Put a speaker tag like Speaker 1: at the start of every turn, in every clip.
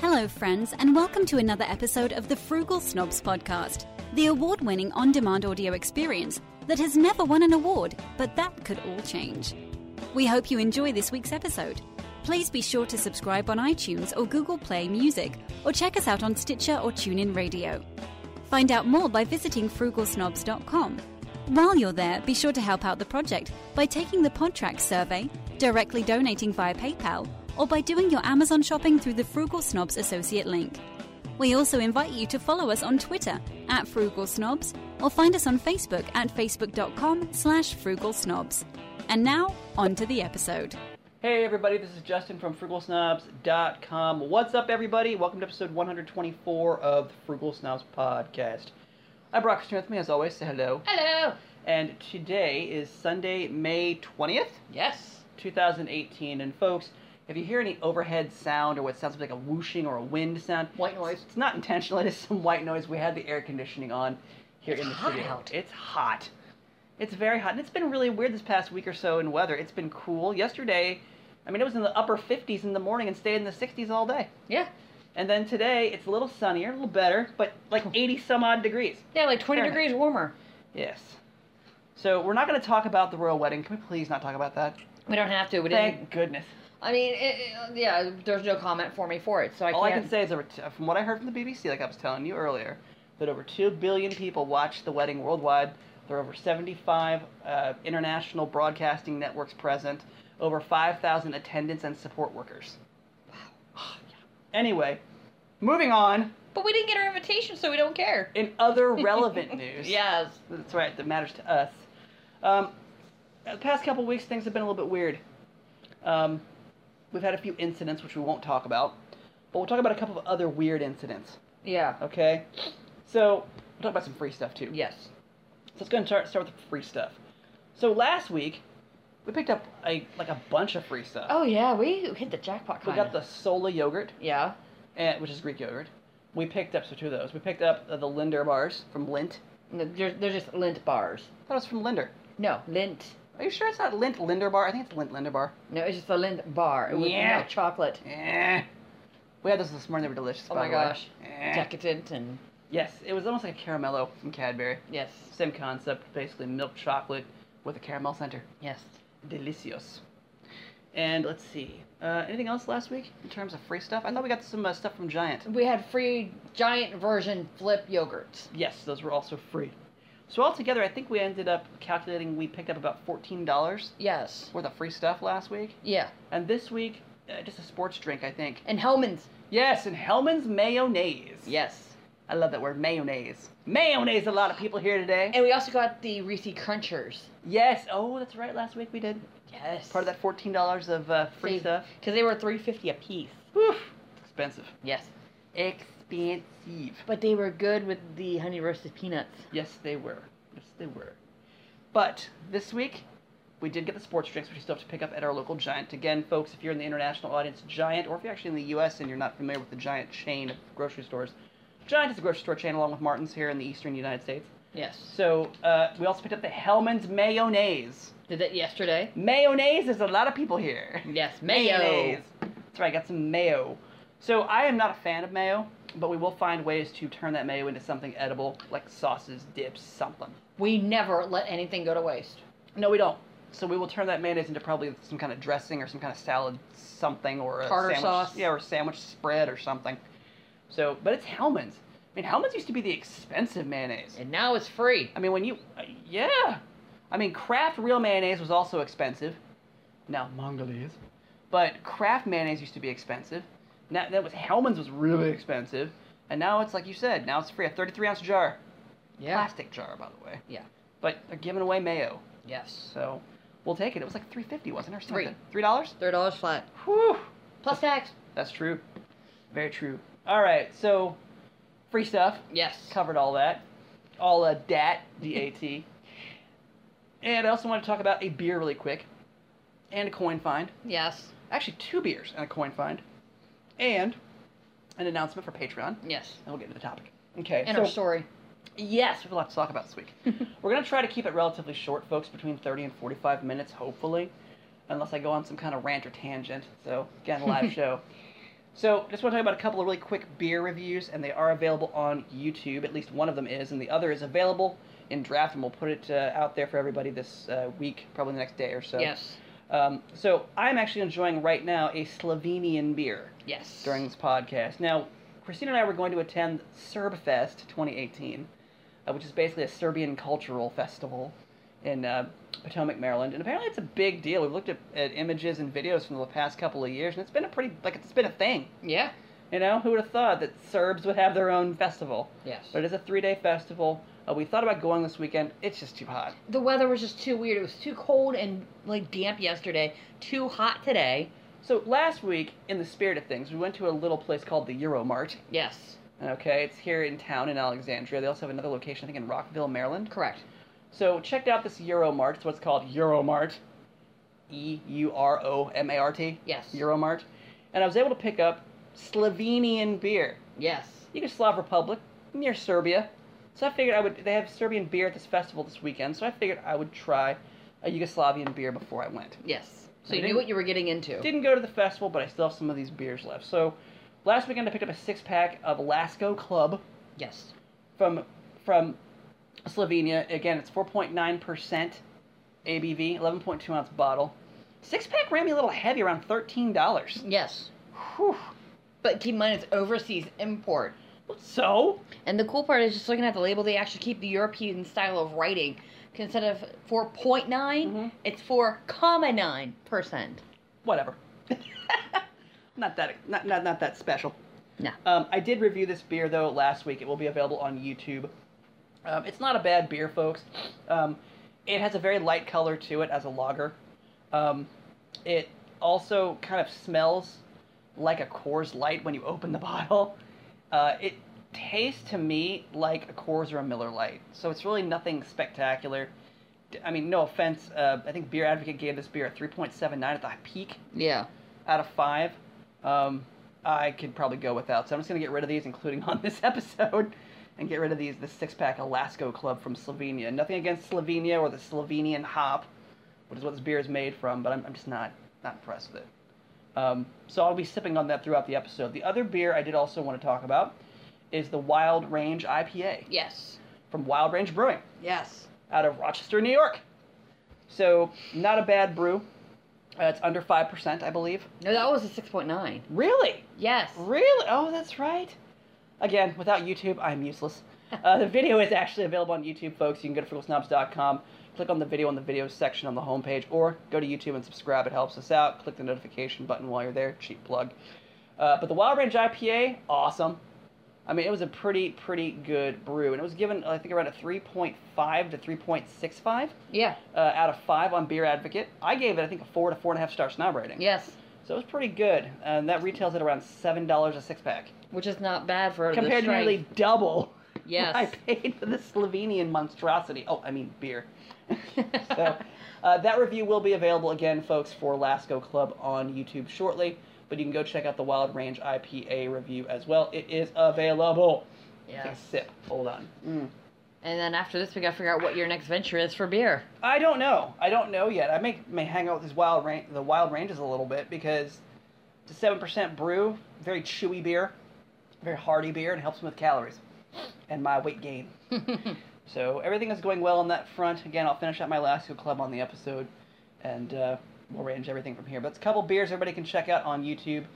Speaker 1: Hello, friends, and welcome to another episode of the Frugal Snobs Podcast, the award winning on demand audio experience that has never won an award, but that could all change. We hope you enjoy this week's episode. Please be sure to subscribe on iTunes or Google Play Music, or check us out on Stitcher or TuneIn Radio. Find out more by visiting frugalsnobs.com. While you're there, be sure to help out the project by taking the Podtrack survey, directly donating via PayPal, or by doing your Amazon shopping through the Frugal Snobs Associate link. We also invite you to follow us on Twitter at Frugal Snobs or find us on Facebook at facebook.com slash frugal snobs. And now, on to the episode.
Speaker 2: Hey everybody, this is Justin from frugalsnobs.com. What's up everybody? Welcome to episode 124 of the Frugal Snobs podcast. I'm Brock Stern with me as always. Say hello.
Speaker 3: Hello.
Speaker 2: And today is Sunday, May 20th,
Speaker 3: Yes.
Speaker 2: 2018. And folks, if you hear any overhead sound or what sounds like a whooshing or a wind sound,
Speaker 3: White noise.
Speaker 2: It's not intentional. It is some white noise. We had the air conditioning on here
Speaker 3: It's
Speaker 2: in the
Speaker 3: hot
Speaker 2: studio.
Speaker 3: out.
Speaker 2: It's hot. It's very hot, and it's been really weird this past week or so in weather. It's been cool. Yesterday, I mean, it was in the upper 50s in the morning and stayed in the 60s all day.
Speaker 3: Yeah.
Speaker 2: And then today, it's a little sunnier, a little better, but like 80 some odd degrees.
Speaker 3: Yeah, like 20
Speaker 2: Fair
Speaker 3: degrees warmer.
Speaker 2: Yes. So we're not going to talk about the royal wedding. Can we please not talk about that?
Speaker 3: We don't have to. But it,
Speaker 2: Thank goodness.
Speaker 3: I mean, it, it- yeah, there's no comment for me for it, so I
Speaker 2: All I
Speaker 3: can't.
Speaker 2: can say is, over t- uh, from what I heard from the BBC, like I was telling you earlier, that over 2 billion people watched the wedding worldwide. There are over 75 uh, international broadcasting networks present, over 5,000 attendants and support workers. Wow. Anyway, moving on,
Speaker 3: But we didn't get our invitation, so we don't care.
Speaker 2: in other relevant news.
Speaker 3: Yes.
Speaker 2: That's right, that matters to us. Um, the past couple weeks, things have been a little bit weird. Um, we've had a few incidents, which we won't talk about, but we'll talk about a couple of other weird incidents.
Speaker 3: Yeah.
Speaker 2: Okay. So we'll talk about some free stuff too.
Speaker 3: Yes.
Speaker 2: So let's go ahead and start start with the free stuff. So last week we picked up a like a bunch of free stuff.
Speaker 3: Oh yeah, we hit the jackpot.
Speaker 2: we
Speaker 3: Kinda.
Speaker 2: got the Sola yogurt,
Speaker 3: Yeah.
Speaker 2: and, which is Greek yogurt. We picked up so two of those. We picked up uh, the Linder bars from Lint.
Speaker 3: No, They're, they're just lint bars.
Speaker 2: I thought it was from Linder.
Speaker 3: No, lint.
Speaker 2: Are you sure it's not Lint Linder bar? I think it's Lint Linder bar.
Speaker 3: No, it's just a lint bar with
Speaker 2: Yeah.
Speaker 3: milk chocolate.
Speaker 2: Eh. We had those this morning. They were delicious.
Speaker 3: Oh
Speaker 2: by
Speaker 3: my
Speaker 2: the way.
Speaker 3: gosh.
Speaker 2: Eh.
Speaker 3: Decadent and
Speaker 2: Yes, it was almost like a caramello from Cadbury.
Speaker 3: yes,
Speaker 2: Same concept, basically milk chocolate with a caramel center.
Speaker 3: yes.
Speaker 2: Delicios. And let's see. Uh, anything else last week in terms of free stuff? I thought we got some uh, stuff from Giant.
Speaker 3: We had free giant version flip yogurts.
Speaker 2: Yes, those were also free. So altogether, I think we ended up calculating we picked up about fourteen dollars
Speaker 3: Yes.
Speaker 2: worth of free stuff last week,
Speaker 3: Yeah.
Speaker 2: and this week uh, just a sports drink, I think.
Speaker 3: And Hellman's.
Speaker 2: Yes, and Hellman's mayonnaise.
Speaker 3: Yes.
Speaker 2: I love that word mayonnaise. Mayonnaise. A lot of people here today.
Speaker 3: And we also got the Reese Crunchers.
Speaker 2: yes. Oh, that's right. Last week we did
Speaker 3: Yes.
Speaker 2: part of that fourteen dollars of uh, free stuff.
Speaker 3: Because they were three fifty a piece.
Speaker 2: Whew. Expensive.
Speaker 3: Yes.
Speaker 2: Expensive.
Speaker 3: But they were good with the honey roasted peanuts.
Speaker 2: Yes, they were. Yes, they were. But this week, we did get the sports drinks, which you still have to pick up at our local Giant. Again, folks, if you're in the international audience, Giant, or if you're actually in the U.S. and you're not familiar with the Giant chain of grocery stores, Giant is a grocery store chain along with Martin's here in the eastern United States.
Speaker 3: Yes.
Speaker 2: So uh, we also picked up the Hellman's mayonnaise.
Speaker 3: Did that yesterday?
Speaker 2: Mayonnaise is a lot of people here.
Speaker 3: Yes. Mayo.
Speaker 2: Mayonnaise. That's right, I got some mayo. So I am not a fan of mayo, but we will find ways to turn that mayo into something edible, like sauces, dips, something.
Speaker 3: We never let anything go to waste.
Speaker 2: No, we don't. So we will turn that mayonnaise into probably some kind of dressing or some kind of salad something or a
Speaker 3: Tartar
Speaker 2: sandwich,
Speaker 3: sauce.
Speaker 2: Yeah, or a sandwich spread or something. So, but it's Hellman's. I mean, Hellman's used to be the expensive mayonnaise.
Speaker 3: And now it's free.
Speaker 2: I mean, when you, uh, yeah. I mean, Kraft real mayonnaise was also expensive. Now Mongolia's, but Kraft mayonnaise used to be expensive. Now that was Hellman's was really expensive, and now it's like you said, now it's free a 33 ounce jar,
Speaker 3: Yeah.
Speaker 2: plastic jar by the way.
Speaker 3: Yeah.
Speaker 2: But they're giving away mayo,
Speaker 3: Yes.
Speaker 2: so we'll take it. It was like 3.50, wasn't it? or
Speaker 3: Three.
Speaker 2: something? Three dollars.
Speaker 3: Three dollars flat.
Speaker 2: Whew.
Speaker 3: Plus tax.
Speaker 2: That's true. Very true. All right, so free stuff
Speaker 3: Yes.
Speaker 2: covered all that. All uh, dat, D-A-T. and I also want to talk about a beer really quick and a coin find.
Speaker 3: Yes.
Speaker 2: Actually, two beers and a coin find. And an announcement for Patreon. And
Speaker 3: Yes.
Speaker 2: we'll get into the topic. Okay.
Speaker 3: And
Speaker 2: so,
Speaker 3: our story.
Speaker 2: Yes, we have a lot to talk about this week. We're going to try to keep it relatively short, folks, between 30 and 45 minutes, hopefully. Unless I go on some kind of rant or tangent. So, again, live show. So, just want to talk about a couple of really quick beer reviews, and they are available on YouTube. At least one of them is, and the other is available in draft, and we'll put it uh, out there for everybody this uh, week, probably the next day or so.
Speaker 3: Yes.
Speaker 2: Um, so, I'm actually enjoying right now a Slovenian beer
Speaker 3: Yes.
Speaker 2: during this podcast. Now, Christina and I were going to attend Serbfest 2018, uh, which is basically a Serbian cultural festival in uh, Potomac, Maryland. And apparently, it's a big deal. We've looked at, at images and videos from the past couple of years, and it's been a pretty like it's been a thing.
Speaker 3: Yeah.
Speaker 2: You know, who would have thought that Serbs would have their own festival?
Speaker 3: Yes.
Speaker 2: But it is a three-day festival. Uh, we thought about going this weekend. It's just too hot.
Speaker 3: the weather was just too weird. It was too cold and like damp yesterday. Too hot today.
Speaker 2: So last week, in the spirit of things, we went to a little place called the Euromart.
Speaker 3: Yes.
Speaker 2: Okay, it's here in town in Alexandria. They also have another location, I think, in Rockville, Maryland.
Speaker 3: Correct.
Speaker 2: So checked out this Euromart. It's what's called Euromart. E U R O M A R T.
Speaker 3: Yes.
Speaker 2: Euromart. And I was able to pick up Slovenian beer.
Speaker 3: Yes.
Speaker 2: Yugoslav Republic, near Serbia. So I figured I would. They have Serbian beer at this festival this weekend, so I figured I would try a Yugoslavian beer before I went.
Speaker 3: Yes. So
Speaker 2: I
Speaker 3: you knew
Speaker 2: didn't-
Speaker 3: what you were getting into.
Speaker 2: Didn't go to the festival, but I still have some of these beers left. So last weekend I picked up a six pack of Lasco Club
Speaker 3: yes.
Speaker 2: from from Slovenia. Again, it's 4.9 percent ABV, 11.2 ounce bottle. Six pack ran me a little heavy, around thirteen dollars.
Speaker 3: Yes. But keep in mind it's overseas import.
Speaker 2: So
Speaker 3: And the cool part is just looking at the label, they actually keep the European style of writing. 'Cause Instead of 4.9,
Speaker 2: Mhm.
Speaker 3: it's 4,9%.
Speaker 2: whatever. not that not, not not that special.
Speaker 3: No.
Speaker 2: Um, I did review this beer though last week. It will be available on YouTube. Um, it's not a bad beer, folks. Um, it has a very light color to it as a lager. Um, it also kind of smells like a Coors Light when you open the bottle. Uh, it tastes to me like a Coors or a Miller Light, so it's really nothing spectacular. D- I mean, no offense. Uh, I think Beer Advocate gave this beer a 3.79 at the peak
Speaker 3: Yeah.
Speaker 2: out of five. Um, I could probably go without, so I'm just gonna get rid of these, including on this episode, and get rid of these. The six pack Alasko Club from Slovenia. Nothing against Slovenia or the Slovenian hop, which is what this beer is made from, but I'm, I'm just not not impressed with it. Um, so I'll be sipping on that throughout the episode. The other beer I did also want to talk about is the Wild Range IPA
Speaker 3: Yes.
Speaker 2: from Wild Range Brewing
Speaker 3: Yes.
Speaker 2: out of Rochester, New York. So not a bad brew. Uh, it's under five percent, I believe.
Speaker 3: No, that was a 6.9.
Speaker 2: Really?
Speaker 3: Yes.
Speaker 2: Really? Oh, that's right. Again, without YouTube, I'm useless. Uh, the video is actually available on YouTube, folks. You can go to frugalsnobs.com, click on the video in the video section on the homepage, or go to YouTube and subscribe. It helps us out. Click the notification button while you're there. Cheap plug. Uh, but the Wild Range IPA, awesome. I mean, it was a pretty, pretty good brew, and it was given, I think, around a 3.5 to 3.65
Speaker 3: Yeah.
Speaker 2: uh, out of 5 on Beer Advocate. I gave it, I think, a 4 to 4.5 star snob rating.
Speaker 3: Yes.
Speaker 2: So it was pretty good, and that retails at around seven dollars a six pack,
Speaker 3: Which is not bad for the
Speaker 2: compared to
Speaker 3: strength.
Speaker 2: nearly double
Speaker 3: Yes.
Speaker 2: what I paid for the Slovenian monstrosity. Oh, I mean beer. so uh, that review will be available again, folks, for Lasco Club on YouTube shortly. But you can go check out the Wild Range IPA review as well. It is available. Take a
Speaker 3: Yes.
Speaker 2: sip. Hold on. Mm.
Speaker 3: And then after this, we gotta figure out what your next venture is for beer.
Speaker 2: I don't know. I don't know yet. I may may hang out with these wild ran- the wild ranges a little bit because it's a seven percent brew, very chewy beer, very hearty beer, and helps me with calories and my weight gain. so everything is going well on that front. Again, I'll finish up my last club on the episode, and uh, we'll arrange everything from here. But it's a couple beers everybody can check out on YouTube.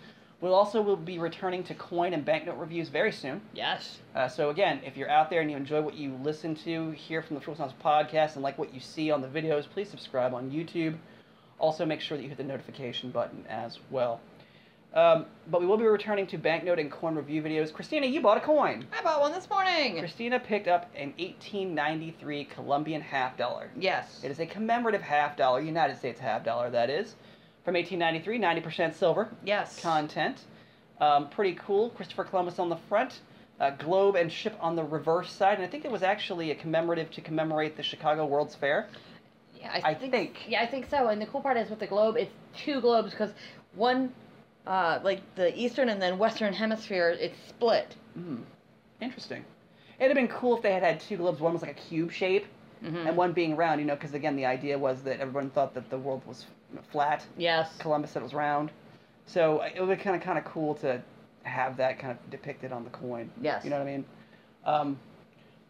Speaker 2: We'll also will be returning to coin and banknote reviews very soon.
Speaker 3: Yes.
Speaker 2: Uh, so again, if you're out there and you enjoy what you listen to, hear from the Frugal Sounds podcast, and like what you see on the videos, please subscribe on YouTube. Also, make sure that you hit the notification button as well. Um, but we will be returning to banknote and coin review videos. Christina, you bought a coin.
Speaker 3: I bought one this morning.
Speaker 2: Christina picked up an 1893 Colombian half dollar.
Speaker 3: Yes.
Speaker 2: It is a commemorative half dollar, United States half dollar, that is, from 1893, 90% silver
Speaker 3: Yes.
Speaker 2: content. Um, pretty cool. Christopher Columbus on the front, uh, globe and ship on the reverse side, and I think it was actually a commemorative to commemorate the Chicago World's Fair.
Speaker 3: Yeah,
Speaker 2: I think.
Speaker 3: Yeah, I think so. And the cool part is with the globe, it's two globes because one, uh, like the eastern and then western hemisphere, it's split.
Speaker 2: Mm. Interesting. It'd have been cool if they had had two globes. One was like a cube shape, and one being round. You know, because again, the idea was that everyone thought that the world was flat.
Speaker 3: Yes.
Speaker 2: Columbus said it was round. So it would be kind of kind of cool to have that kind of depicted on the coin.
Speaker 3: Yes.
Speaker 2: You know what I mean? Um,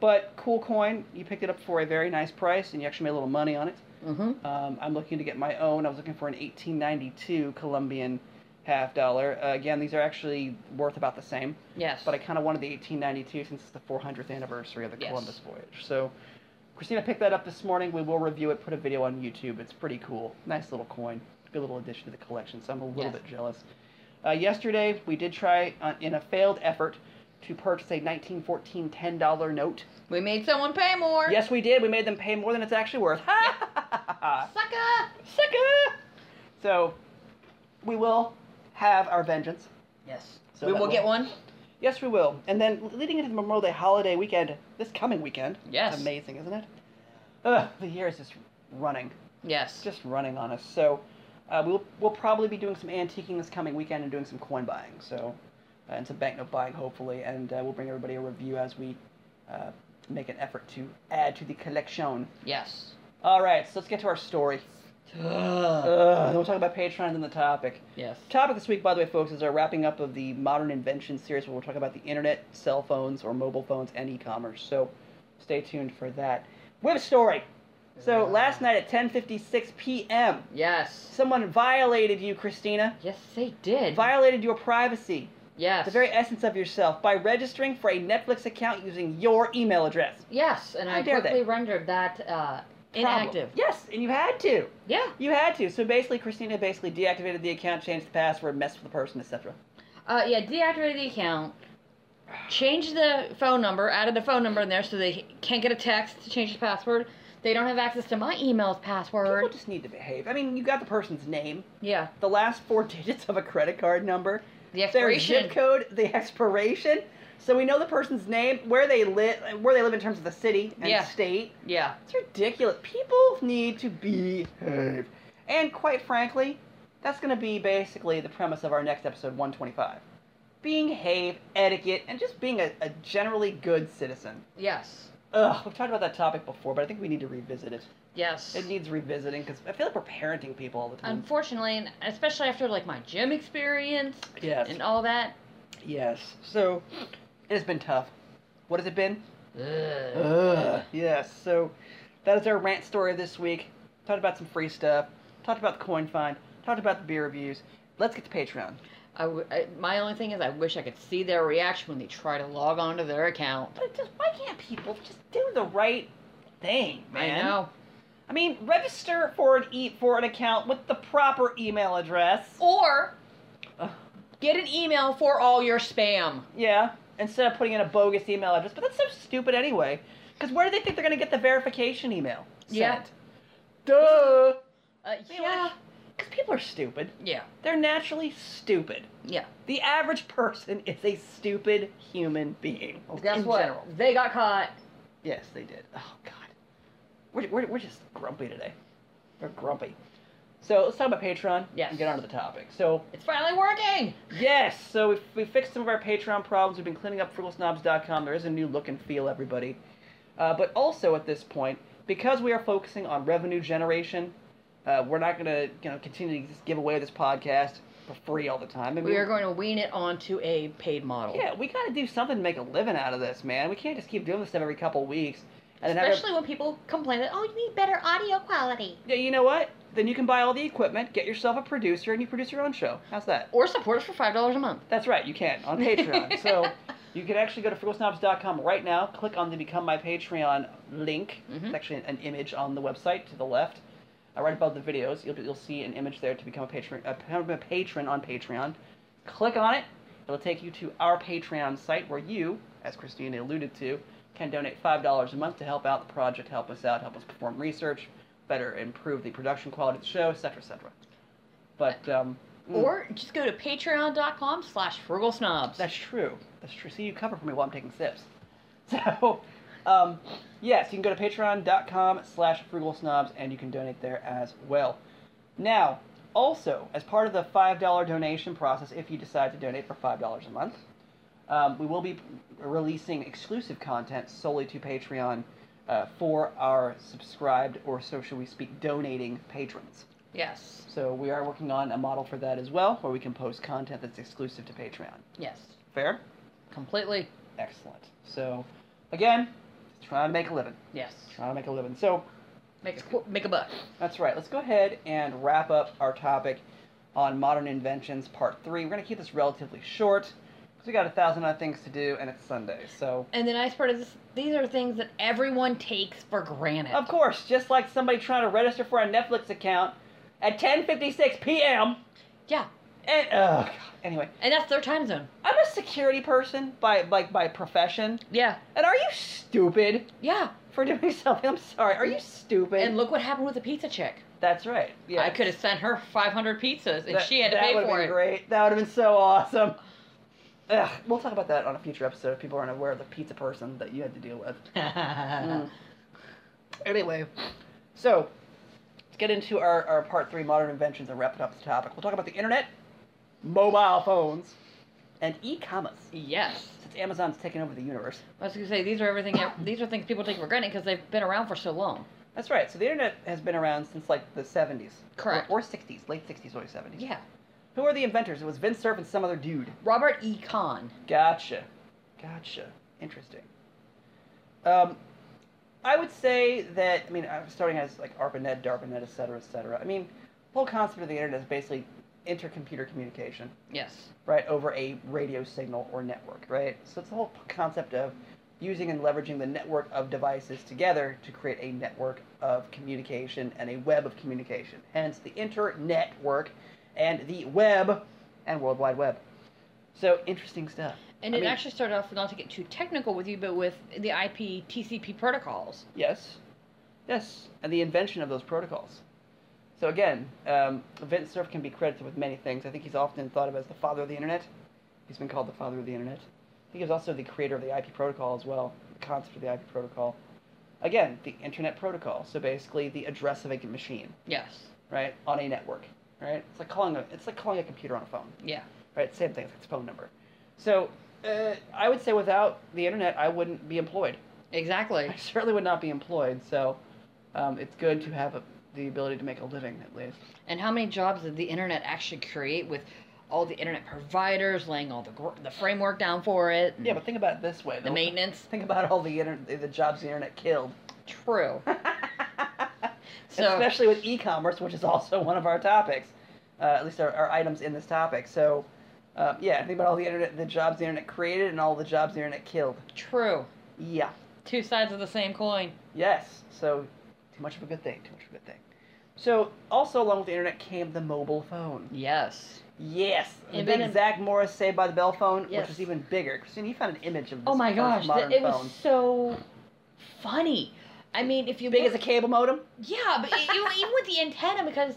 Speaker 2: but cool coin. You picked it up for a very nice price, and you actually made a little money on it.
Speaker 3: Mm-hmm.
Speaker 2: Um, I'm looking to get my own. I was looking for an 1892 Colombian half dollar. Uh, again, these are actually worth about the same,
Speaker 3: Yes.
Speaker 2: but I kind of wanted the 1892 since it's the 400th anniversary of the
Speaker 3: Yes.
Speaker 2: Columbus voyage. So Christina picked that up this morning. We will review it, put a video on YouTube. It's pretty cool. Nice little coin. Good little addition to the collection. So I'm a little
Speaker 3: Yes.
Speaker 2: bit jealous. Uh, yesterday, we did try uh, in a failed effort to purchase a 1914 $10 note.
Speaker 3: we made someone pay more.
Speaker 2: Yes, we did. We made them pay more than it's actually worth.
Speaker 3: Sucker.
Speaker 2: Sucker! So, we will have our vengeance.
Speaker 3: Yes.
Speaker 2: So
Speaker 3: we
Speaker 2: that
Speaker 3: will get
Speaker 2: will-
Speaker 3: one.
Speaker 2: Yes, we will. And then leading into the Memorial Day holiday weekend, this coming weekend.
Speaker 3: Yes.
Speaker 2: It's amazing, isn't it? Ugh, the year is just running,
Speaker 3: Yes.
Speaker 2: It's just running on us. So, uh, we'll we'll probably be doing some antiquing this coming weekend and doing some coin buying. So, uh, and some banknote buying hopefully, and uh, we'll bring everybody a review as we uh, make an effort to add to the collection.
Speaker 3: yes.
Speaker 2: All right, so let's get to our story. Ugh, and we'll talk about Patreon and the topic.
Speaker 3: yes.
Speaker 2: Topic this week, by the way, folks, is our wrapping up of the modern invention series where we'll talk about the internet, cell phones, or mobile phones, and e commerce. So stay tuned for that. We have a story. So last night at 10.56 p.m.,
Speaker 3: Yes.
Speaker 2: someone violated you, Christina.
Speaker 3: Yes, they did.
Speaker 2: Violated your privacy,
Speaker 3: yes.
Speaker 2: the very essence of yourself, by registering for a Netflix account using your email address.
Speaker 3: Yes, and
Speaker 2: How
Speaker 3: I
Speaker 2: dare
Speaker 3: quickly
Speaker 2: they.
Speaker 3: rendered that uh,
Speaker 2: Problem.
Speaker 3: inactive.
Speaker 2: Yes, and you had to.
Speaker 3: Yeah.
Speaker 2: You had to. So basically, Christina basically deactivated the account, changed the password, messed with the person, etc.
Speaker 3: Uh, yeah, deactivated the account, changed the phone number, added a phone number in there so they can't get a text to change the password. They don't have access to my email's
Speaker 2: People
Speaker 3: password.
Speaker 2: just need to behave. I mean, you got the person's name,
Speaker 3: Yeah,
Speaker 2: the last four digits of a credit card number,
Speaker 3: the
Speaker 2: their zip
Speaker 3: expiration.
Speaker 2: code, the expiration. So we know the person's name, where they live, where they live in terms of the city and
Speaker 3: Yeah.
Speaker 2: state.
Speaker 3: Yeah.
Speaker 2: It's ridiculous. People need to behave. And quite frankly, that's going to be basically the premise of our next episode 125. Being behave, etiquette, and just being a, a generally good citizen.
Speaker 3: Yes.
Speaker 2: Ugh, we've talked about that topic before, but I think we need to revisit it.
Speaker 3: Yes.
Speaker 2: It needs revisiting because I feel like we're parenting people all the time.
Speaker 3: Unfortunately, and especially after like my gym experience
Speaker 2: yes.
Speaker 3: and all that.
Speaker 2: Yes. So it's been tough. What has it been?
Speaker 3: Ugh.
Speaker 2: Ugh. Yes. So that is our rant story this week. Talked about some free stuff. Talked about the coin find. Talked about the beer reviews. Let's get to Patreon.
Speaker 3: I w- I- my only thing is, I wish I could see their reaction when they try to log on to their account.
Speaker 2: But just why can't people just do the right thing, man?
Speaker 3: I know.
Speaker 2: I mean, register for an e- for an account with the proper email address.
Speaker 3: Or
Speaker 2: Ugh.
Speaker 3: get an email for all your spam.
Speaker 2: Yeah. Instead of putting in a bogus email address, but that's so stupid anyway. Because where do they think they're gonna get the verification email?
Speaker 3: Yeah.
Speaker 2: sent? Duh.
Speaker 3: Uh,
Speaker 2: Yeah. Because people are stupid.
Speaker 3: Yeah.
Speaker 2: They're naturally stupid.
Speaker 3: Yeah.
Speaker 2: The average person is a stupid human being.
Speaker 3: Well, guess
Speaker 2: in
Speaker 3: what?
Speaker 2: general.
Speaker 3: They got caught.
Speaker 2: Yes, they did. Oh, God. We're, we're, we're just grumpy today. We're grumpy. So let's talk about Patreon
Speaker 3: Yes.
Speaker 2: and get on to the topic. So,
Speaker 3: It's finally working.
Speaker 2: yes, so we we fixed some of our Patreon problems. We've been cleaning up frugalsnobs.com. There is a new look and feel, everybody. Uh, but also at this point, because we are focusing on revenue generation, uh, we're not going to you know, continue to just give away this podcast for free all the time. I mean,
Speaker 3: We are going to wean it onto a paid model.
Speaker 2: Yeah, we gotta do something to make a living out of this, man. We can't just keep doing this stuff every couple weeks. And then have
Speaker 3: Especially when people complain that oh, you need better audio quality.
Speaker 2: every- yeah, you know what? Then you can buy all the equipment, get yourself a producer, and you produce your own show. How's that?
Speaker 3: Or support us for five dollars a month.
Speaker 2: That's right, you can on Patreon. so you can actually go to frugalsnobs.com right now, click on the Become My Patreon link. It's
Speaker 3: Mhm.
Speaker 2: actually an image on the website to the left. Uh, right above the videos, you'll, you'll see an image there to become a patron, a, become a patron on Patreon. Click on it. It'll take you to our Patreon site where you, as Christina alluded to, can donate $5 a month to help out the project, help us out, help us perform research, better improve the production quality of the show, etc., etc. But, um... mm.
Speaker 3: Or just go to patreon.com slash frugal snobs.
Speaker 2: That's true. That's true. See, you cover for me while I'm taking sips. So, um, yes, you can go to patreon.com slash frugalsnobs and you can donate there as well. Now, also, as part of the $5 donation process, if you decide to donate for $5 a month, um, we will be releasing exclusive content solely to Patreon uh, for our subscribed or, so should we speak, donating patrons.
Speaker 3: Yes.
Speaker 2: So we are working on a model for that as well, where we can post content that's exclusive to Patreon.
Speaker 3: Yes.
Speaker 2: Fair?
Speaker 3: Completely.
Speaker 2: Excellent. So, again, trying to make a living.
Speaker 3: Yes.
Speaker 2: Trying to make a living. So,
Speaker 3: Make a qu- make a buck.
Speaker 2: that's right. Let's go ahead and wrap up our topic on modern inventions, part three. We're going to keep this relatively short because we got a thousand other things to do, and it's Sunday. So,
Speaker 3: And the nice part is this, these are things that everyone takes for granted.
Speaker 2: of course, just like somebody trying to register for a Netflix account at 10:56 p.m.
Speaker 3: Yeah.
Speaker 2: And oh, God. anyway,
Speaker 3: And that's their time zone.
Speaker 2: I'm a security person by like by profession.
Speaker 3: Yeah.
Speaker 2: And are you stupid
Speaker 3: Yeah.
Speaker 2: for doing something? I'm sorry. Are you stupid?
Speaker 3: And look what happened with the pizza chick.
Speaker 2: that's right. Yeah,
Speaker 3: I could have sent her 500 pizzas and
Speaker 2: That-
Speaker 3: she had to
Speaker 2: that
Speaker 3: pay
Speaker 2: would've
Speaker 3: for
Speaker 2: been
Speaker 3: it.
Speaker 2: Great. That would have been so awesome. Ugh, we'll talk about that on a future episode if people aren't aware of the pizza person that you had to deal with. Mm. Anyway, so let's get into our, our part three modern inventions and wrap it up the topic. We'll talk about the internet, mobile phones, and e-commerce.
Speaker 3: Yes.
Speaker 2: Since Amazon's taken over the universe.
Speaker 3: I was going to say, these are everything. These are things people take for granted because they've been around for so long.
Speaker 2: That's right. So the internet has been around since like the 70s.
Speaker 3: Correct.
Speaker 2: Or, or 60s, late 60s, early 70s.
Speaker 3: Yeah.
Speaker 2: Who are the inventors? It was Vince Cerf and some other dude.
Speaker 3: Robert E. Kahn.
Speaker 2: Gotcha. Gotcha. Interesting. Um, I would say that, I mean, I'm starting as like ARPANET, DARPANET, et cetera, et cetera. I mean, the whole concept of the internet is basically intercomputer communication,
Speaker 3: Yes.
Speaker 2: right, over a radio signal or network, right? So it's the whole concept of using and leveraging the network of devices together to create a network of communication and a web of communication. Hence the internetwork and the web and World Wide Web. So interesting stuff.
Speaker 3: And
Speaker 2: I
Speaker 3: it
Speaker 2: mean-
Speaker 3: actually started off, not to get too technical with you, but with the IP TCP protocols.
Speaker 2: Yes. Yes. And the invention of those protocols. So again, um, Vince Cerf can be credited with many things. I think he's often thought of as the father of the internet. He's been called the father of the internet. I think he was also the creator of the IP protocol as well, the concept of the IP protocol. Again, the internet protocol. So basically, the address of a machine,
Speaker 3: Yes.
Speaker 2: right, on a network, right? It's like calling a it's like calling a computer on a phone,
Speaker 3: Yeah.
Speaker 2: right? Same thing, it's like its phone number. So uh, I would say without the internet, I wouldn't be employed.
Speaker 3: Exactly.
Speaker 2: I certainly would not be employed, so um, it's good to have a, the ability to make a living at least.
Speaker 3: And how many jobs did the internet actually create with all the internet providers laying all the gr- the framework down for it? and
Speaker 2: Yeah, but think about it this way:
Speaker 3: the
Speaker 2: though.
Speaker 3: maintenance.
Speaker 2: Think about all the inter- the jobs the internet killed,
Speaker 3: True. So-
Speaker 2: especially with e-commerce, which is also one of our topics, uh, at least our, our items in this topic. So, uh, yeah, think about all the internet, the jobs the internet created, and all the jobs the internet killed.
Speaker 3: True.
Speaker 2: Yeah.
Speaker 3: Two sides of the same coin.
Speaker 2: Yes. So, too much of a good thing. Too much of a good thing. So, also along with the internet came the mobile phone.
Speaker 3: Yes.
Speaker 2: Yes, the big
Speaker 3: Invented-
Speaker 2: Zach Morris Saved by the Bell phone, which
Speaker 3: Yes.
Speaker 2: was even bigger. Christine, you found an image of this
Speaker 3: Oh my
Speaker 2: first
Speaker 3: gosh,
Speaker 2: modern
Speaker 3: that, it
Speaker 2: phone.
Speaker 3: was so funny. I mean, if you
Speaker 2: big
Speaker 3: look,
Speaker 2: as a cable modem.
Speaker 3: yeah, but e- even, even with the antenna, because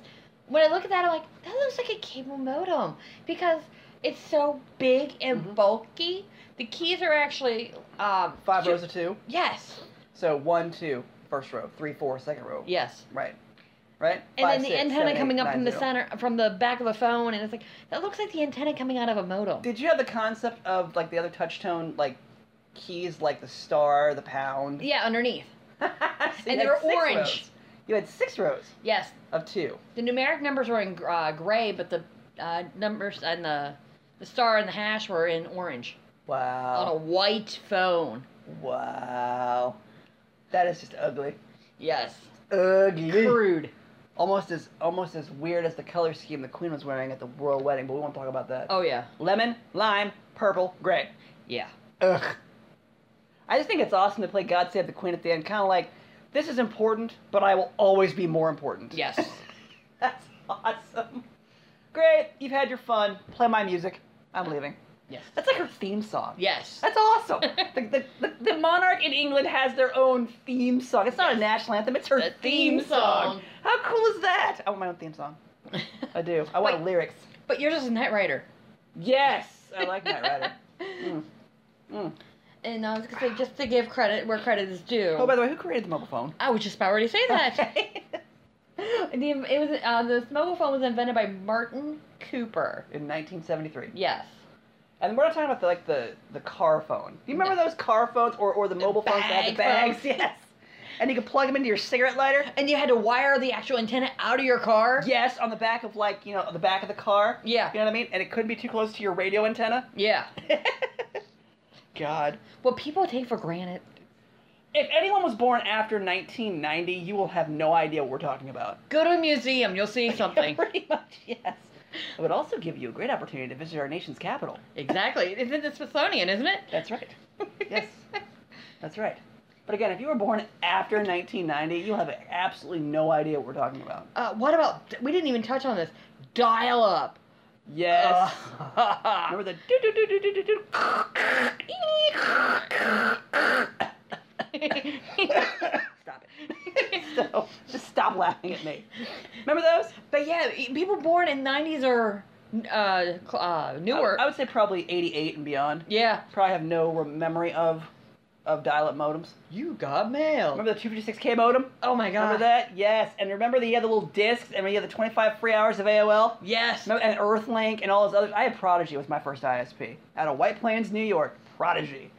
Speaker 3: when I look at that, I'm like, that looks like a cable modem because it's so big and
Speaker 2: Mhm.
Speaker 3: bulky. The keys are actually um,
Speaker 2: Five
Speaker 3: ju-
Speaker 2: rows of two.
Speaker 3: Yes,
Speaker 2: So one, two, first row, three, four, second row.
Speaker 3: yes.
Speaker 2: Right. Right.
Speaker 3: And
Speaker 2: Five,
Speaker 3: then the
Speaker 2: six,
Speaker 3: antenna
Speaker 2: seven,
Speaker 3: coming
Speaker 2: eight,
Speaker 3: up
Speaker 2: nine,
Speaker 3: from the
Speaker 2: zero.
Speaker 3: center, from the back of a phone, and it's like that looks like the antenna coming out of a modem.
Speaker 2: Did you have the concept of like the other touchtone like keys, like the star, the pound?
Speaker 3: yeah, underneath.
Speaker 2: So you
Speaker 3: And they
Speaker 2: had
Speaker 3: were
Speaker 2: six
Speaker 3: orange.
Speaker 2: rows. You had six rows
Speaker 3: Yes,
Speaker 2: of two.
Speaker 3: The numeric numbers were in uh, gray, but the uh, numbers and the the star and the hash were in orange on a
Speaker 2: Wow.
Speaker 3: white phone.
Speaker 2: Wow. That is just ugly.
Speaker 3: Yes.
Speaker 2: Ugly.
Speaker 3: Crude.
Speaker 2: almost as almost as weird as the color scheme the queen was wearing at the royal wedding, but we won't talk about that.
Speaker 3: Oh yeah.
Speaker 2: Lemon, lime, purple, gray.
Speaker 3: Yeah.
Speaker 2: Ugh. I just think it's awesome to play God Save the Queen at the end, kind of like this is important, but I will always be more important.
Speaker 3: Yes.
Speaker 2: That's awesome. Great, you've had your fun. Play my music. I'm leaving.
Speaker 3: yes.
Speaker 2: That's like her theme song.
Speaker 3: Yes.
Speaker 2: That's awesome. the, the, the, the monarch in England has their own theme song. It's not a national anthem, it's her
Speaker 3: The
Speaker 2: theme,
Speaker 3: theme
Speaker 2: song.
Speaker 3: song.
Speaker 2: How cool is that? I want my own theme song. I do. I want
Speaker 3: Wait.
Speaker 2: lyrics.
Speaker 3: but yours is Knight Rider.
Speaker 2: Yes, I like Knight Rider. Mm. Mm.
Speaker 3: And I was gonna say just to give credit where credit is due.
Speaker 2: Oh, by the way, who created the mobile phone?
Speaker 3: I was just about ready to say that.
Speaker 2: Okay.
Speaker 3: And the, it was uh, the mobile phone was invented by Martin Cooper.
Speaker 2: In 1973.
Speaker 3: Yes.
Speaker 2: And we're not talking about the, like the the car phone. Do you remember
Speaker 3: No.
Speaker 2: those car phones or, or the mobile phones that had the
Speaker 3: bag
Speaker 2: bags?
Speaker 3: phones.
Speaker 2: Yes. and you could plug them into your cigarette lighter.
Speaker 3: And you had to wire the actual antenna out of your car.
Speaker 2: Yes, on the back of like you know the back of the car.
Speaker 3: Yeah.
Speaker 2: You know what I mean? And it couldn't be too close to your radio antenna.
Speaker 3: Yeah.
Speaker 2: God.
Speaker 3: What people take for granted.
Speaker 2: If anyone was born after 1990, you will have no idea what we're talking about.
Speaker 3: Go to a museum, you'll see something.
Speaker 2: Pretty much, yes. It would also give you a great opportunity to visit our nation's capital.
Speaker 3: exactly. Isn't it Smithsonian, isn't it?
Speaker 2: That's right. Yes, that's right. But again, if you were born after 1990, you'll have absolutely no idea what we're talking about.
Speaker 3: Uh, what about we didn't even touch on this. Dial up.
Speaker 2: Yes. Remember the do do do do do do do. Stop it. so, just stop laughing at me. Remember those?
Speaker 3: but yeah, e- people born in nineties or uh, cl- uh,
Speaker 2: I-
Speaker 3: newer.
Speaker 2: I, would say probably 88 and beyond.
Speaker 3: yeah.
Speaker 2: Probably have no re- memory of of dial-up modems.
Speaker 3: You got mail.
Speaker 2: Remember the 256K modem?
Speaker 3: oh my god.
Speaker 2: Remember that? Yes. And remember the other little discs and you had the 25 free hours of AOL?
Speaker 3: Yes.
Speaker 2: Remember, and Earthlink and all those others. I had Prodigy was my first ISP out of White Plains, New York. Prodigy.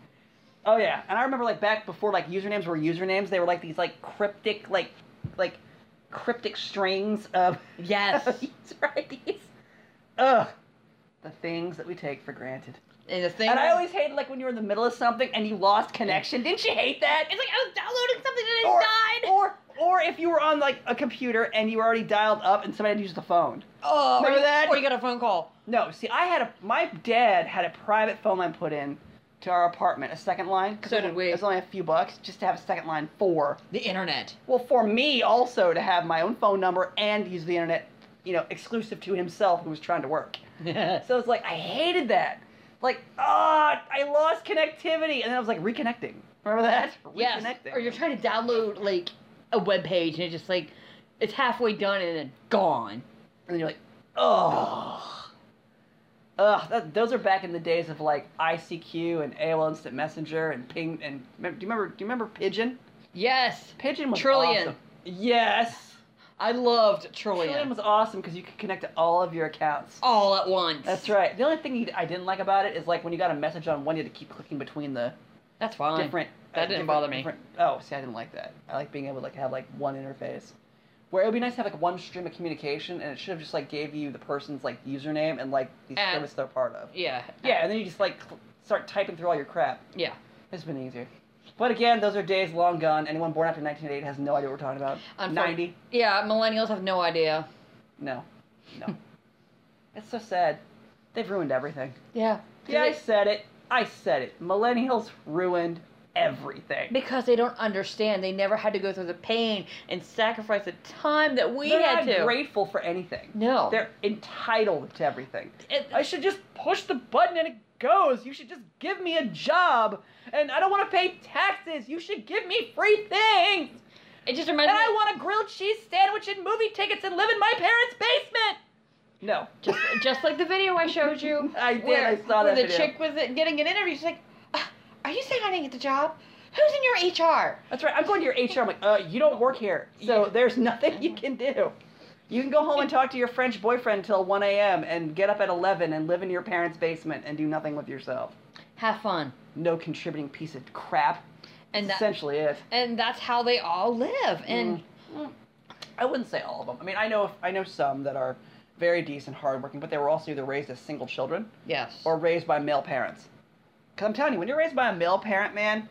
Speaker 2: Oh yeah, and I remember like back before like usernames were usernames, they were like these like cryptic like like cryptic strings of
Speaker 3: Yes.
Speaker 2: of user IDs. Ugh, the things that we take for granted.
Speaker 3: and the thing.
Speaker 2: And I
Speaker 3: was-
Speaker 2: always hated like when you were in the middle of something and you lost connection. Didn't you hate that?
Speaker 3: It's like I was downloading something and it
Speaker 2: or,
Speaker 3: died.
Speaker 2: or or if you were on like a computer and you were already dialed up and somebody had used the phone.
Speaker 3: oh,
Speaker 2: remember
Speaker 3: or you,
Speaker 2: that?
Speaker 3: Or you got a phone call.
Speaker 2: No, see, I had a my dad had a private phone line put in to our apartment, a second line. 'cause
Speaker 3: So
Speaker 2: it
Speaker 3: did
Speaker 2: was-
Speaker 3: we.
Speaker 2: It was only a few bucks just to have a second line for
Speaker 3: The internet.
Speaker 2: well for me also to have my own phone number and use the internet, you know, exclusive to himself who was trying to work.
Speaker 3: Yes.
Speaker 2: So it's like I hated that. Like ah, I lost connectivity, and then I was like reconnecting. Remember that? Reconnecting.
Speaker 3: Or you're trying to download like a web page and it's just like it's halfway done and then gone.
Speaker 2: and then you're like, oh, ugh. That, those are back in the days of like ICQ and AOL Instant Messenger and ping. And do you remember? Do you remember Pigeon?
Speaker 3: Yes.
Speaker 2: Pigeon was
Speaker 3: Trillion. Oh,
Speaker 2: awesome. Yes.
Speaker 3: I loved Trillion.
Speaker 2: Trillion was awesome because you could connect to all of your accounts.
Speaker 3: all at once.
Speaker 2: That's right. The only thing you- I didn't like about it is like when you got a message on one, you had to keep clicking between the
Speaker 3: That's fine.
Speaker 2: different. uh,
Speaker 3: That didn't
Speaker 2: different-
Speaker 3: bother me.
Speaker 2: different- Oh, see, I didn't like that. I like being able to like have like one interface. Where it would be nice to have like one stream of communication, and it should have just like gave you the person's like username and like the
Speaker 3: And-
Speaker 2: service they're part of.
Speaker 3: Yeah.
Speaker 2: Yeah, and then you just like cl- start typing through all your crap.
Speaker 3: Yeah.
Speaker 2: It's been easier. But again, those are days long gone. Anyone born after 1988 has no idea what we're talking about.
Speaker 3: Unfor-
Speaker 2: 90?
Speaker 3: Yeah. Millennials have no idea.
Speaker 2: No. No. it's so sad. They've ruined everything.
Speaker 3: Yeah.
Speaker 2: Yeah, I
Speaker 3: They-
Speaker 2: said it. I said it. Millennials ruined everything.
Speaker 3: because they don't understand. They never had to go through the pain and sacrifice the time that we
Speaker 2: They're
Speaker 3: had
Speaker 2: not
Speaker 3: to.
Speaker 2: grateful for anything.
Speaker 3: No.
Speaker 2: They're entitled to everything.
Speaker 3: It-
Speaker 2: I should just push the button and it goes. You should just give me a job. And I don't want to pay taxes. You should give me free things.
Speaker 3: it just reminds me.
Speaker 2: want a grilled cheese sandwich and movie tickets and live in my parents' basement. No.
Speaker 3: just, just like the video I showed you.
Speaker 2: I did,
Speaker 3: Where,
Speaker 2: I saw
Speaker 3: where
Speaker 2: that
Speaker 3: the
Speaker 2: video.
Speaker 3: chick was getting an interview. She's like, "Uh, "Are you saying I didn't get the job? Who's in your HR?"
Speaker 2: That's right. I'm going to your HR. I'm like, uh, you don't work here, so
Speaker 3: Yeah.
Speaker 2: there's nothing you can do. You can go home and talk to your French boyfriend till 1 a.m. and get up at 11 and live in your parents' basement and do nothing with yourself.
Speaker 3: Have fun.
Speaker 2: No contributing piece of crap.
Speaker 3: And that,
Speaker 2: essentially it.
Speaker 3: and that's how they all live.
Speaker 2: Mm.
Speaker 3: And
Speaker 2: I wouldn't say all of them. I mean, I know I know some that are very decent, hardworking, but they were also either raised as single children
Speaker 3: yes,
Speaker 2: or raised by male parents. Because I'm telling you, when you're raised by a male parent, man,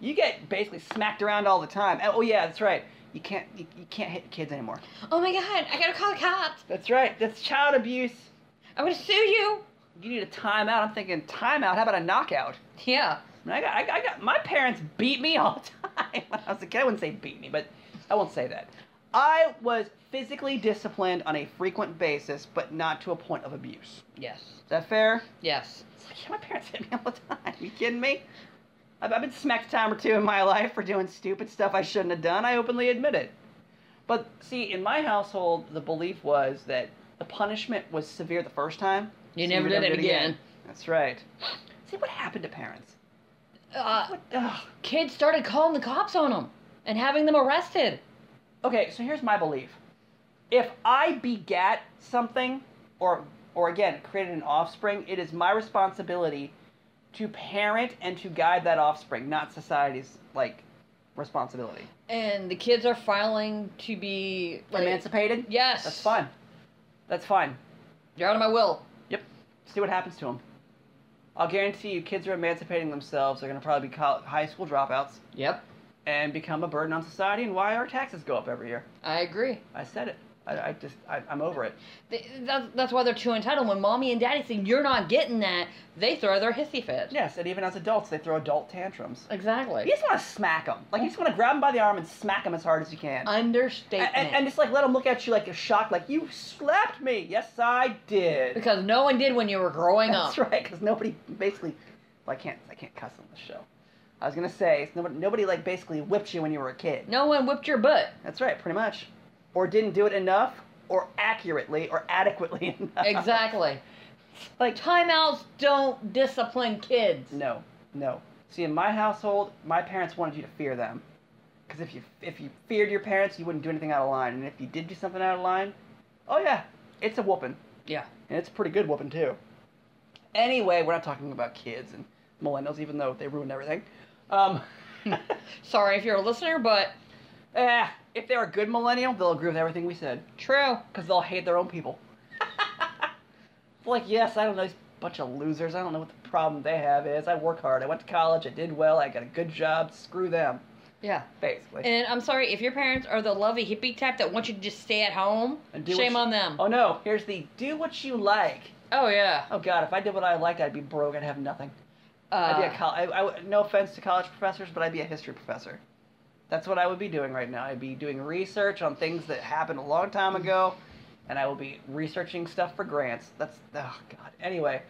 Speaker 2: you get basically smacked around all the time. Oh yeah, that's right. You can't you, you can't hit kids anymore.
Speaker 3: oh my god, I gotta call the cops.
Speaker 2: That's right. That's child abuse.
Speaker 3: I'm gonna sue you.
Speaker 2: You need a timeout. I'm thinking timeout. How about a knockout?
Speaker 3: Yeah.
Speaker 2: I, mean, I got I, got- I got my parents beat me all the time when I was a kid. I wouldn't say beat me, but I won't say that. I was physically disciplined on a frequent basis, but not to a point of abuse.
Speaker 3: Yes.
Speaker 2: Is that fair?
Speaker 3: Yes.
Speaker 2: It's like, yeah, my parents hit me all the time. you kidding me? I've, I've been smacked a time or two in my life for doing stupid stuff I shouldn't have done. I openly admit it. But see, in my household, the belief was that the punishment was severe the first time.
Speaker 3: You never did it again.
Speaker 2: That's right. See what happened to parents?
Speaker 3: Uh,
Speaker 2: What? Ugh.
Speaker 3: kids started calling the cops on them and having them arrested.
Speaker 2: Okay, so here's my belief. If I begat something, or or again created an offspring, it is my responsibility to parent and to guide that offspring, not society's like responsibility.
Speaker 3: and the kids are filing to be like,
Speaker 2: Emancipated?
Speaker 3: Yes.
Speaker 2: That's fine. That's fine.
Speaker 3: You're out of my will.
Speaker 2: Yep. See what happens to them. I'll guarantee you, kids are emancipating themselves. They're going to probably be col- high school dropouts
Speaker 3: Yep,
Speaker 2: and become a burden on society and why our taxes go up every year.
Speaker 3: I agree.
Speaker 2: I said it. I, I just, I, I'm over it.
Speaker 3: They, that's, that's why they're too entitled. When mommy and daddy say you're not getting that, they throw their hissy fit.
Speaker 2: Yes, and even as adults, they throw adult tantrums.
Speaker 3: Exactly.
Speaker 2: You just want to smack them. Like, you just want to grab them by the arm and smack them as hard as you can.
Speaker 3: Understatement.
Speaker 2: and, and just like let them look at you like a shock, like you slapped me. Yes, I did.
Speaker 3: because no one did when you were growing
Speaker 2: That's
Speaker 3: up.
Speaker 2: right, because nobody basically. Well, I can't. I can't cuss on this show. I was gonna say it's nobody. Nobody like basically whipped you when you were a kid.
Speaker 3: No one whipped your butt.
Speaker 2: That's right, pretty much. Or didn't do it enough, or accurately, or adequately enough.
Speaker 3: Exactly.
Speaker 2: Like
Speaker 3: Timeouts don't discipline kids.
Speaker 2: no, no. See, in my household, my parents wanted you to fear them, because if you if you feared your parents, you wouldn't do anything out of line, and if you did do something out of line, oh yeah, it's a whooping.
Speaker 3: Yeah.
Speaker 2: And it's a pretty good whooping, too. Anyway, we're not talking about kids and millennials, even though they ruined everything. Um,
Speaker 3: Sorry if you're a listener, but
Speaker 2: eh, if they're a good millennial, they'll agree with everything we said.
Speaker 3: true.
Speaker 2: Because they'll hate their own people. like, yes, I don't know, these bunch of losers. I don't know what the problem they have is. I work hard. I went to college. I did well. I got a good job. Screw them,
Speaker 3: Yeah.
Speaker 2: basically.
Speaker 3: And I'm sorry if your parents are the lovey hippie type that want you to just stay at home.
Speaker 2: And do what
Speaker 3: Shame
Speaker 2: you-
Speaker 3: on them.
Speaker 2: oh, no. Here's the do what you like.
Speaker 3: Oh yeah.
Speaker 2: Oh, God, if I did what I liked, I'd be broke. I'd have nothing. I'd be a
Speaker 3: Uh,
Speaker 2: col- I, I would- no offense to college professors, but I'd be a history professor. That's what I would be doing right now. I'd be doing research on things that happened a long
Speaker 3: Mm-hmm.
Speaker 2: time ago, and I will be researching stuff for grants. That's oh god. Anyway,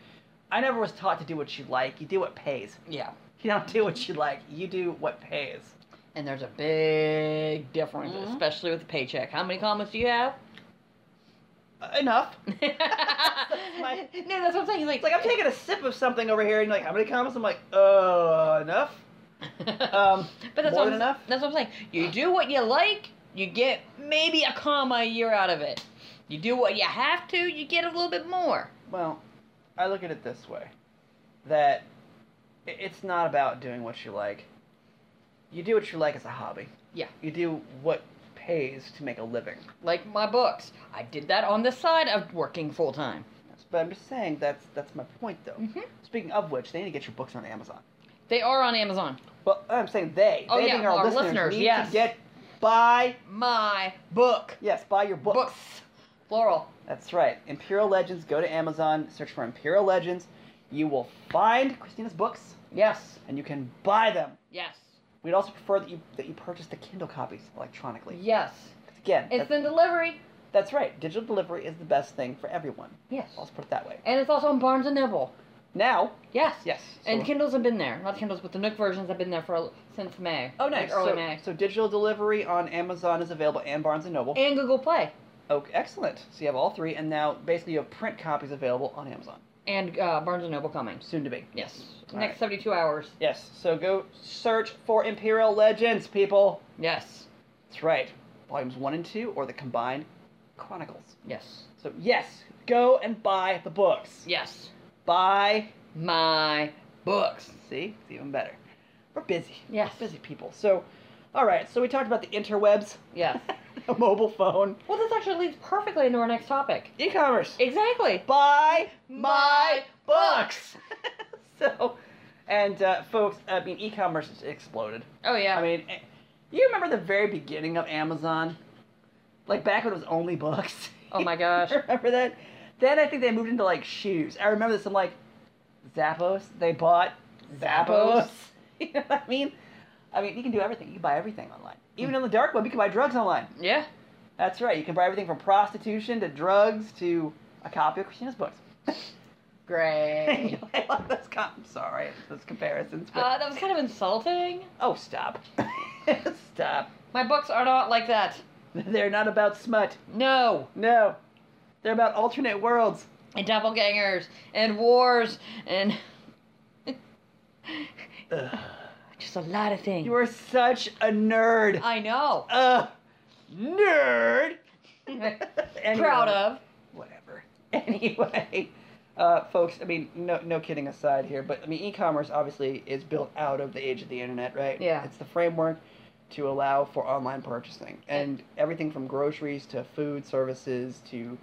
Speaker 2: I never was taught to do what you like. You do what pays.
Speaker 3: yeah.
Speaker 2: You don't do what you like. You do what pays.
Speaker 3: And there's a big difference,
Speaker 2: Mhm.
Speaker 3: especially with the paycheck. How many comments do you have?
Speaker 2: Uh, enough.
Speaker 3: no, that's what I'm saying. Like,
Speaker 2: It's like I'm taking a sip of something over here, and you're like, how many comments? I'm like, uh, enough. Um,
Speaker 3: but that's
Speaker 2: more
Speaker 3: what
Speaker 2: than
Speaker 3: I'm,
Speaker 2: enough.
Speaker 3: That's what I'm saying. You do what you like, you get maybe a comma a year out of it. You do what you have to, you get a little bit more.
Speaker 2: Well, I look at it this way that i- it's not about doing what you like. You do what you like as a hobby.
Speaker 3: Yeah.
Speaker 2: You do what pays to make a living.
Speaker 3: Like my books, I did that on the side of working full time.
Speaker 2: But I'm just saying that's that's my point though.
Speaker 3: Mhm.
Speaker 2: Speaking of which, they need to get your books on Amazon.
Speaker 3: They are on Amazon.
Speaker 2: Well, I'm saying they.
Speaker 3: Oh,
Speaker 2: they
Speaker 3: yeah,
Speaker 2: being our,
Speaker 3: our
Speaker 2: listeners,
Speaker 3: listeners,
Speaker 2: need
Speaker 3: yes.
Speaker 2: to get buy
Speaker 3: My book,
Speaker 2: yes buy your book.
Speaker 3: books, plural.
Speaker 2: That's right. Imperial Legends. Go to Amazon. Search for Imperial Legends. You will find Christina's books,
Speaker 3: Yes,
Speaker 2: and you can buy them.
Speaker 3: yes,
Speaker 2: We'd also prefer that you that you purchase the Kindle copies electronically.
Speaker 3: yes.
Speaker 2: Again,
Speaker 3: It's
Speaker 2: that's,
Speaker 3: in delivery.
Speaker 2: that's right. Digital delivery is the best thing for everyone.
Speaker 3: Yes,
Speaker 2: Let's put it that way.
Speaker 3: and it's also on Barnes and Noble.
Speaker 2: Now,
Speaker 3: Yes.
Speaker 2: yes.
Speaker 3: And
Speaker 2: so-
Speaker 3: Kindles have been there. Not Kindles, but the Nook versions have been there for since May.
Speaker 2: oh,
Speaker 3: like
Speaker 2: nice.
Speaker 3: early
Speaker 2: so,
Speaker 3: May.
Speaker 2: so digital delivery on Amazon is available and Barnes and Noble.
Speaker 3: and Google Play
Speaker 2: oh, excellent. So you have all three, and now basically you have print copies available on Amazon
Speaker 3: and uh, Barnes and Noble coming.
Speaker 2: soon to be.
Speaker 3: Yes.
Speaker 2: All
Speaker 3: Next
Speaker 2: right.
Speaker 3: 72 hours.
Speaker 2: Yes. So go search for Imperial Legends, people.
Speaker 3: Yes.
Speaker 2: That's right. Volumes one and two, or the combined chronicles.
Speaker 3: Yes.
Speaker 2: So yes, go and buy the books.
Speaker 3: Yes.
Speaker 2: Buy
Speaker 3: My books.
Speaker 2: See, it's even better. We're busy.
Speaker 3: Yes.
Speaker 2: We're busy people. So, all right. So we talked about the interwebs,
Speaker 3: Yes.
Speaker 2: the mobile phone,
Speaker 3: well, this actually leads perfectly into our next topic.
Speaker 2: e-commerce.
Speaker 3: Exactly.
Speaker 2: Buy my
Speaker 3: My
Speaker 2: books. so, and uh, folks, I mean, e-commerce has exploded.
Speaker 3: Oh, yeah.
Speaker 2: I mean, eh, you remember the very beginning of Amazon, like back when it was only books.
Speaker 3: oh, my gosh.
Speaker 2: remember that? Then I think they moved into like shoes. I remember this. I'm like, Zappos. They bought Zappos.
Speaker 3: Zappos.
Speaker 2: you know what I mean? I mean, you can do everything. You can buy everything online. Even on the dark web, you can buy drugs online.
Speaker 3: yeah.
Speaker 2: That's right. You can buy everything from prostitution to drugs to a copy of Christina's books.
Speaker 3: Great.
Speaker 2: I love those. Com- I'm sorry, those comparisons. But
Speaker 3: uh, that was kind of insulting.
Speaker 2: oh, stop, stop.
Speaker 3: My books are not like that.
Speaker 2: They're not about smut.
Speaker 3: No.
Speaker 2: No, they're about alternate worlds.
Speaker 3: And doppelgangers. And wars. And
Speaker 2: Ugh.
Speaker 3: just a lot of things.
Speaker 2: You are such a nerd.
Speaker 3: I know.
Speaker 2: uh, nerd. Anyway,
Speaker 3: Proud of.
Speaker 2: Whatever. Anyway, uh, folks. I mean, no, no kidding aside here, but I mean, e-commerce obviously is built out of the age of the internet, right?
Speaker 3: Yeah.
Speaker 2: It's the framework to allow for online purchasing and everything from groceries to food services to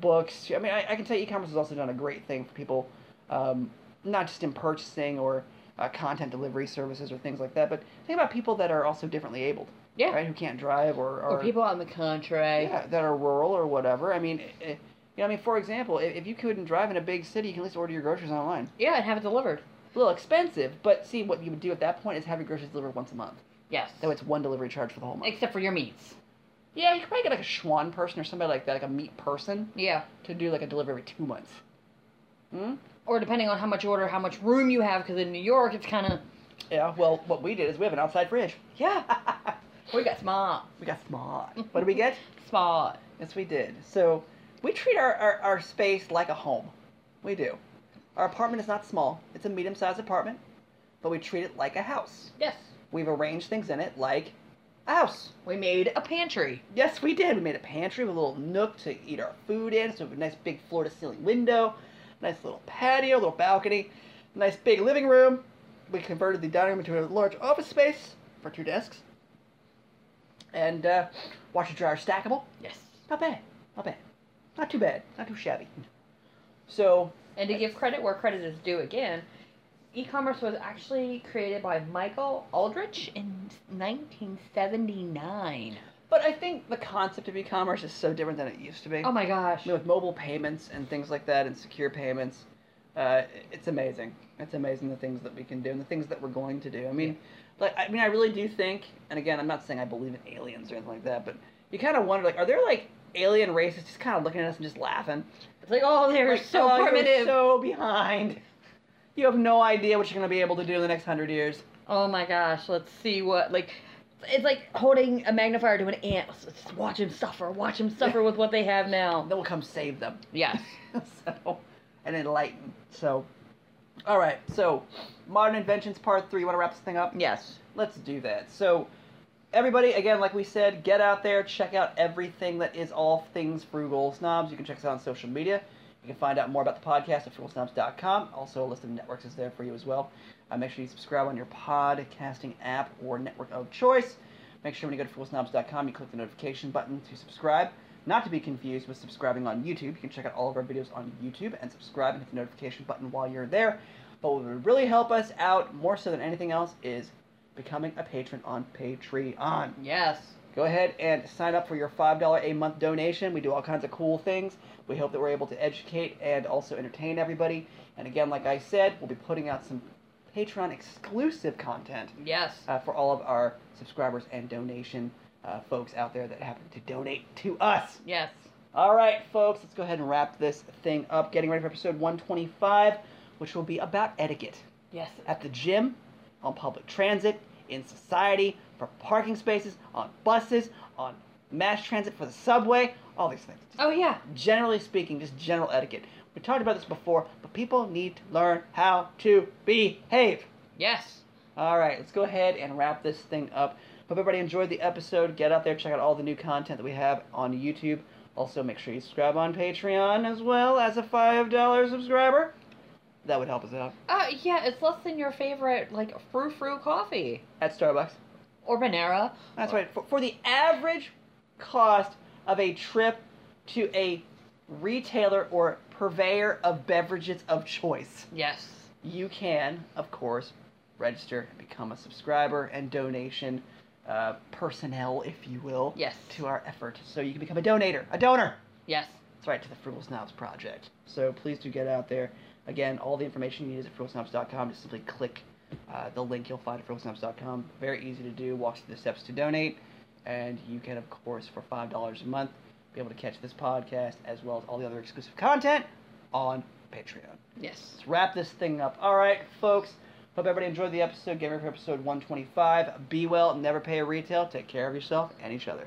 Speaker 2: books. to- I mean, I, I can tell e-commerce has also done a great thing for people, um, not just in purchasing or uh, content delivery services or things like that, but think about people that are also differently abled,
Speaker 3: Yeah.
Speaker 2: right? Who can't drive or,
Speaker 3: Or people out in the country.
Speaker 2: yeah, that are rural or whatever. I mean, i- i- you know, I mean, for example, if, if you couldn't drive in a big city, you can at least order your groceries online.
Speaker 3: Yeah, and have it delivered.
Speaker 2: A little expensive, but see, what you would do at that point is have your groceries delivered once a month.
Speaker 3: Yes.
Speaker 2: That way, it's one delivery charge for the whole month.
Speaker 3: Except for your meats.
Speaker 2: Yeah, you could probably get like a Schwann person or somebody like that, like a meat person,
Speaker 3: Yeah.
Speaker 2: to do like a delivery every two months. Hmm?
Speaker 3: Or depending on how much you order, how much room you have, because in New York it's kind of
Speaker 2: Yeah, well, what we did is we have an outside fridge.
Speaker 3: yeah. we got smart,
Speaker 2: We got smart. What did we get?
Speaker 3: smart.
Speaker 2: Yes, we did. So we treat our, our, our space like a home. We do. Our apartment is not small, it's a medium sized apartment, but we treat it like a house.
Speaker 3: Yes.
Speaker 2: We've arranged things in it like a house.
Speaker 3: We made a pantry.
Speaker 2: Yes, we did. We made a pantry with a little nook to eat our food in, so we have a nice big floor to ceiling window, nice little patio, little balcony, nice big living room. We converted the dining room into a large office space for two desks. And uh, washer dryer stackable.
Speaker 3: Yes.
Speaker 2: Not bad. Not bad. Not too bad. Not too shabby. So,
Speaker 3: And to give credit where credit is due again, e-commerce was actually created by Michael Aldrich in 1979.
Speaker 2: but I think the concept of e-commerce is so different than it used to be.
Speaker 3: Oh my gosh.
Speaker 2: I mean, with mobile payments and things like that, and secure payments, uh, it's amazing. It's amazing the things that we can do and the things that we're going to do. I mean, like I mean, I really do think. And again, I'm not saying I believe in aliens or anything like that, but you kind of wonder, like, are there like alien races just kind of looking at us and just laughing?
Speaker 3: It's like, oh, they're
Speaker 2: Like,
Speaker 3: so
Speaker 2: "Oh,
Speaker 3: primitive.
Speaker 2: You're so behind. You have no idea what you're going to be able to do in the next hundred years.
Speaker 3: Oh my gosh, let's see what like it's like holding a magnifier to an ant. Let's just watch him suffer. Watch him suffer with what they have now.
Speaker 2: Then we'll come save them.
Speaker 3: Yes.
Speaker 2: so, and enlighten. So, all right. So, modern inventions part three. Want to wrap this thing up?
Speaker 3: Yes.
Speaker 2: Let's do that. So, everybody, again, like we said, get out there, check out everything that is all things Frugal Snobs. You can check us out on social media. You can find out more about the podcast at frugalsnobs.com. Also, a list of networks is there for you as well. Uh, make sure you subscribe on your podcasting app or network of choice. Make sure when you go to frugalsnobs.com, you click the notification button to subscribe. Not to be confused with subscribing on YouTube. You can check out all of our videos on YouTube and subscribe and hit the notification button while you're there. But what would really help us out more so than anything else is becoming a patron on Patreon.
Speaker 3: Yes.
Speaker 2: Go ahead and sign up for your $5 a month donation. We do all kinds of cool things. We hope that we're able to educate and also entertain everybody. And again, like I said, we'll be putting out some Patreon exclusive content
Speaker 3: Yes.
Speaker 2: uh, for all of our subscribers and donation uh, folks out there that happen to donate to us.
Speaker 3: Yes.
Speaker 2: All right, folks, let's go ahead and wrap this thing up. Getting ready for episode 125, which will be about etiquette
Speaker 3: Yes.
Speaker 2: at the gym, on public transit, in society, for parking spaces, on buses, on mass transit for the subway, all these things. Just
Speaker 3: Oh yeah.
Speaker 2: generally speaking, just general etiquette. We talked about this before, but people need to learn how to behave.
Speaker 3: Yes.
Speaker 2: All right, let's go ahead and wrap this thing up. Hope everybody enjoyed the episode. Get out there, check out all the new content that we have on YouTube. Also, make sure you subscribe on Patreon as well as a $5 subscriber. That would help us out.
Speaker 3: Uh yeah, it's less than your favorite like frou frou coffee
Speaker 2: At Starbucks.
Speaker 3: or Panera.
Speaker 2: That's right. For, for the average cost of a trip to a retailer or purveyor of beverages of choice,
Speaker 3: Yes.
Speaker 2: you can, of course, register and become a subscriber and donation uh, personnel, if you will,
Speaker 3: Yes.
Speaker 2: to our effort. So you can become a donator, a donor.
Speaker 3: Yes.
Speaker 2: That's right, to the Frugal Snobs Project. So please do get out there. Again, all the information you need is at frugalsnobs.com. Just simply click uh, the link you'll find at frugalsnobs.com. Very easy to do. Walks through the steps to donate. And you can, of course, for $5 a month, be able to catch this podcast as well as all the other exclusive content on Patreon.
Speaker 3: Yes.
Speaker 2: Let's wrap this thing up. All right, folks. Hope everybody enjoyed the episode. Get ready for episode 125. Be well, never pay a retail. Take care of yourself and each other.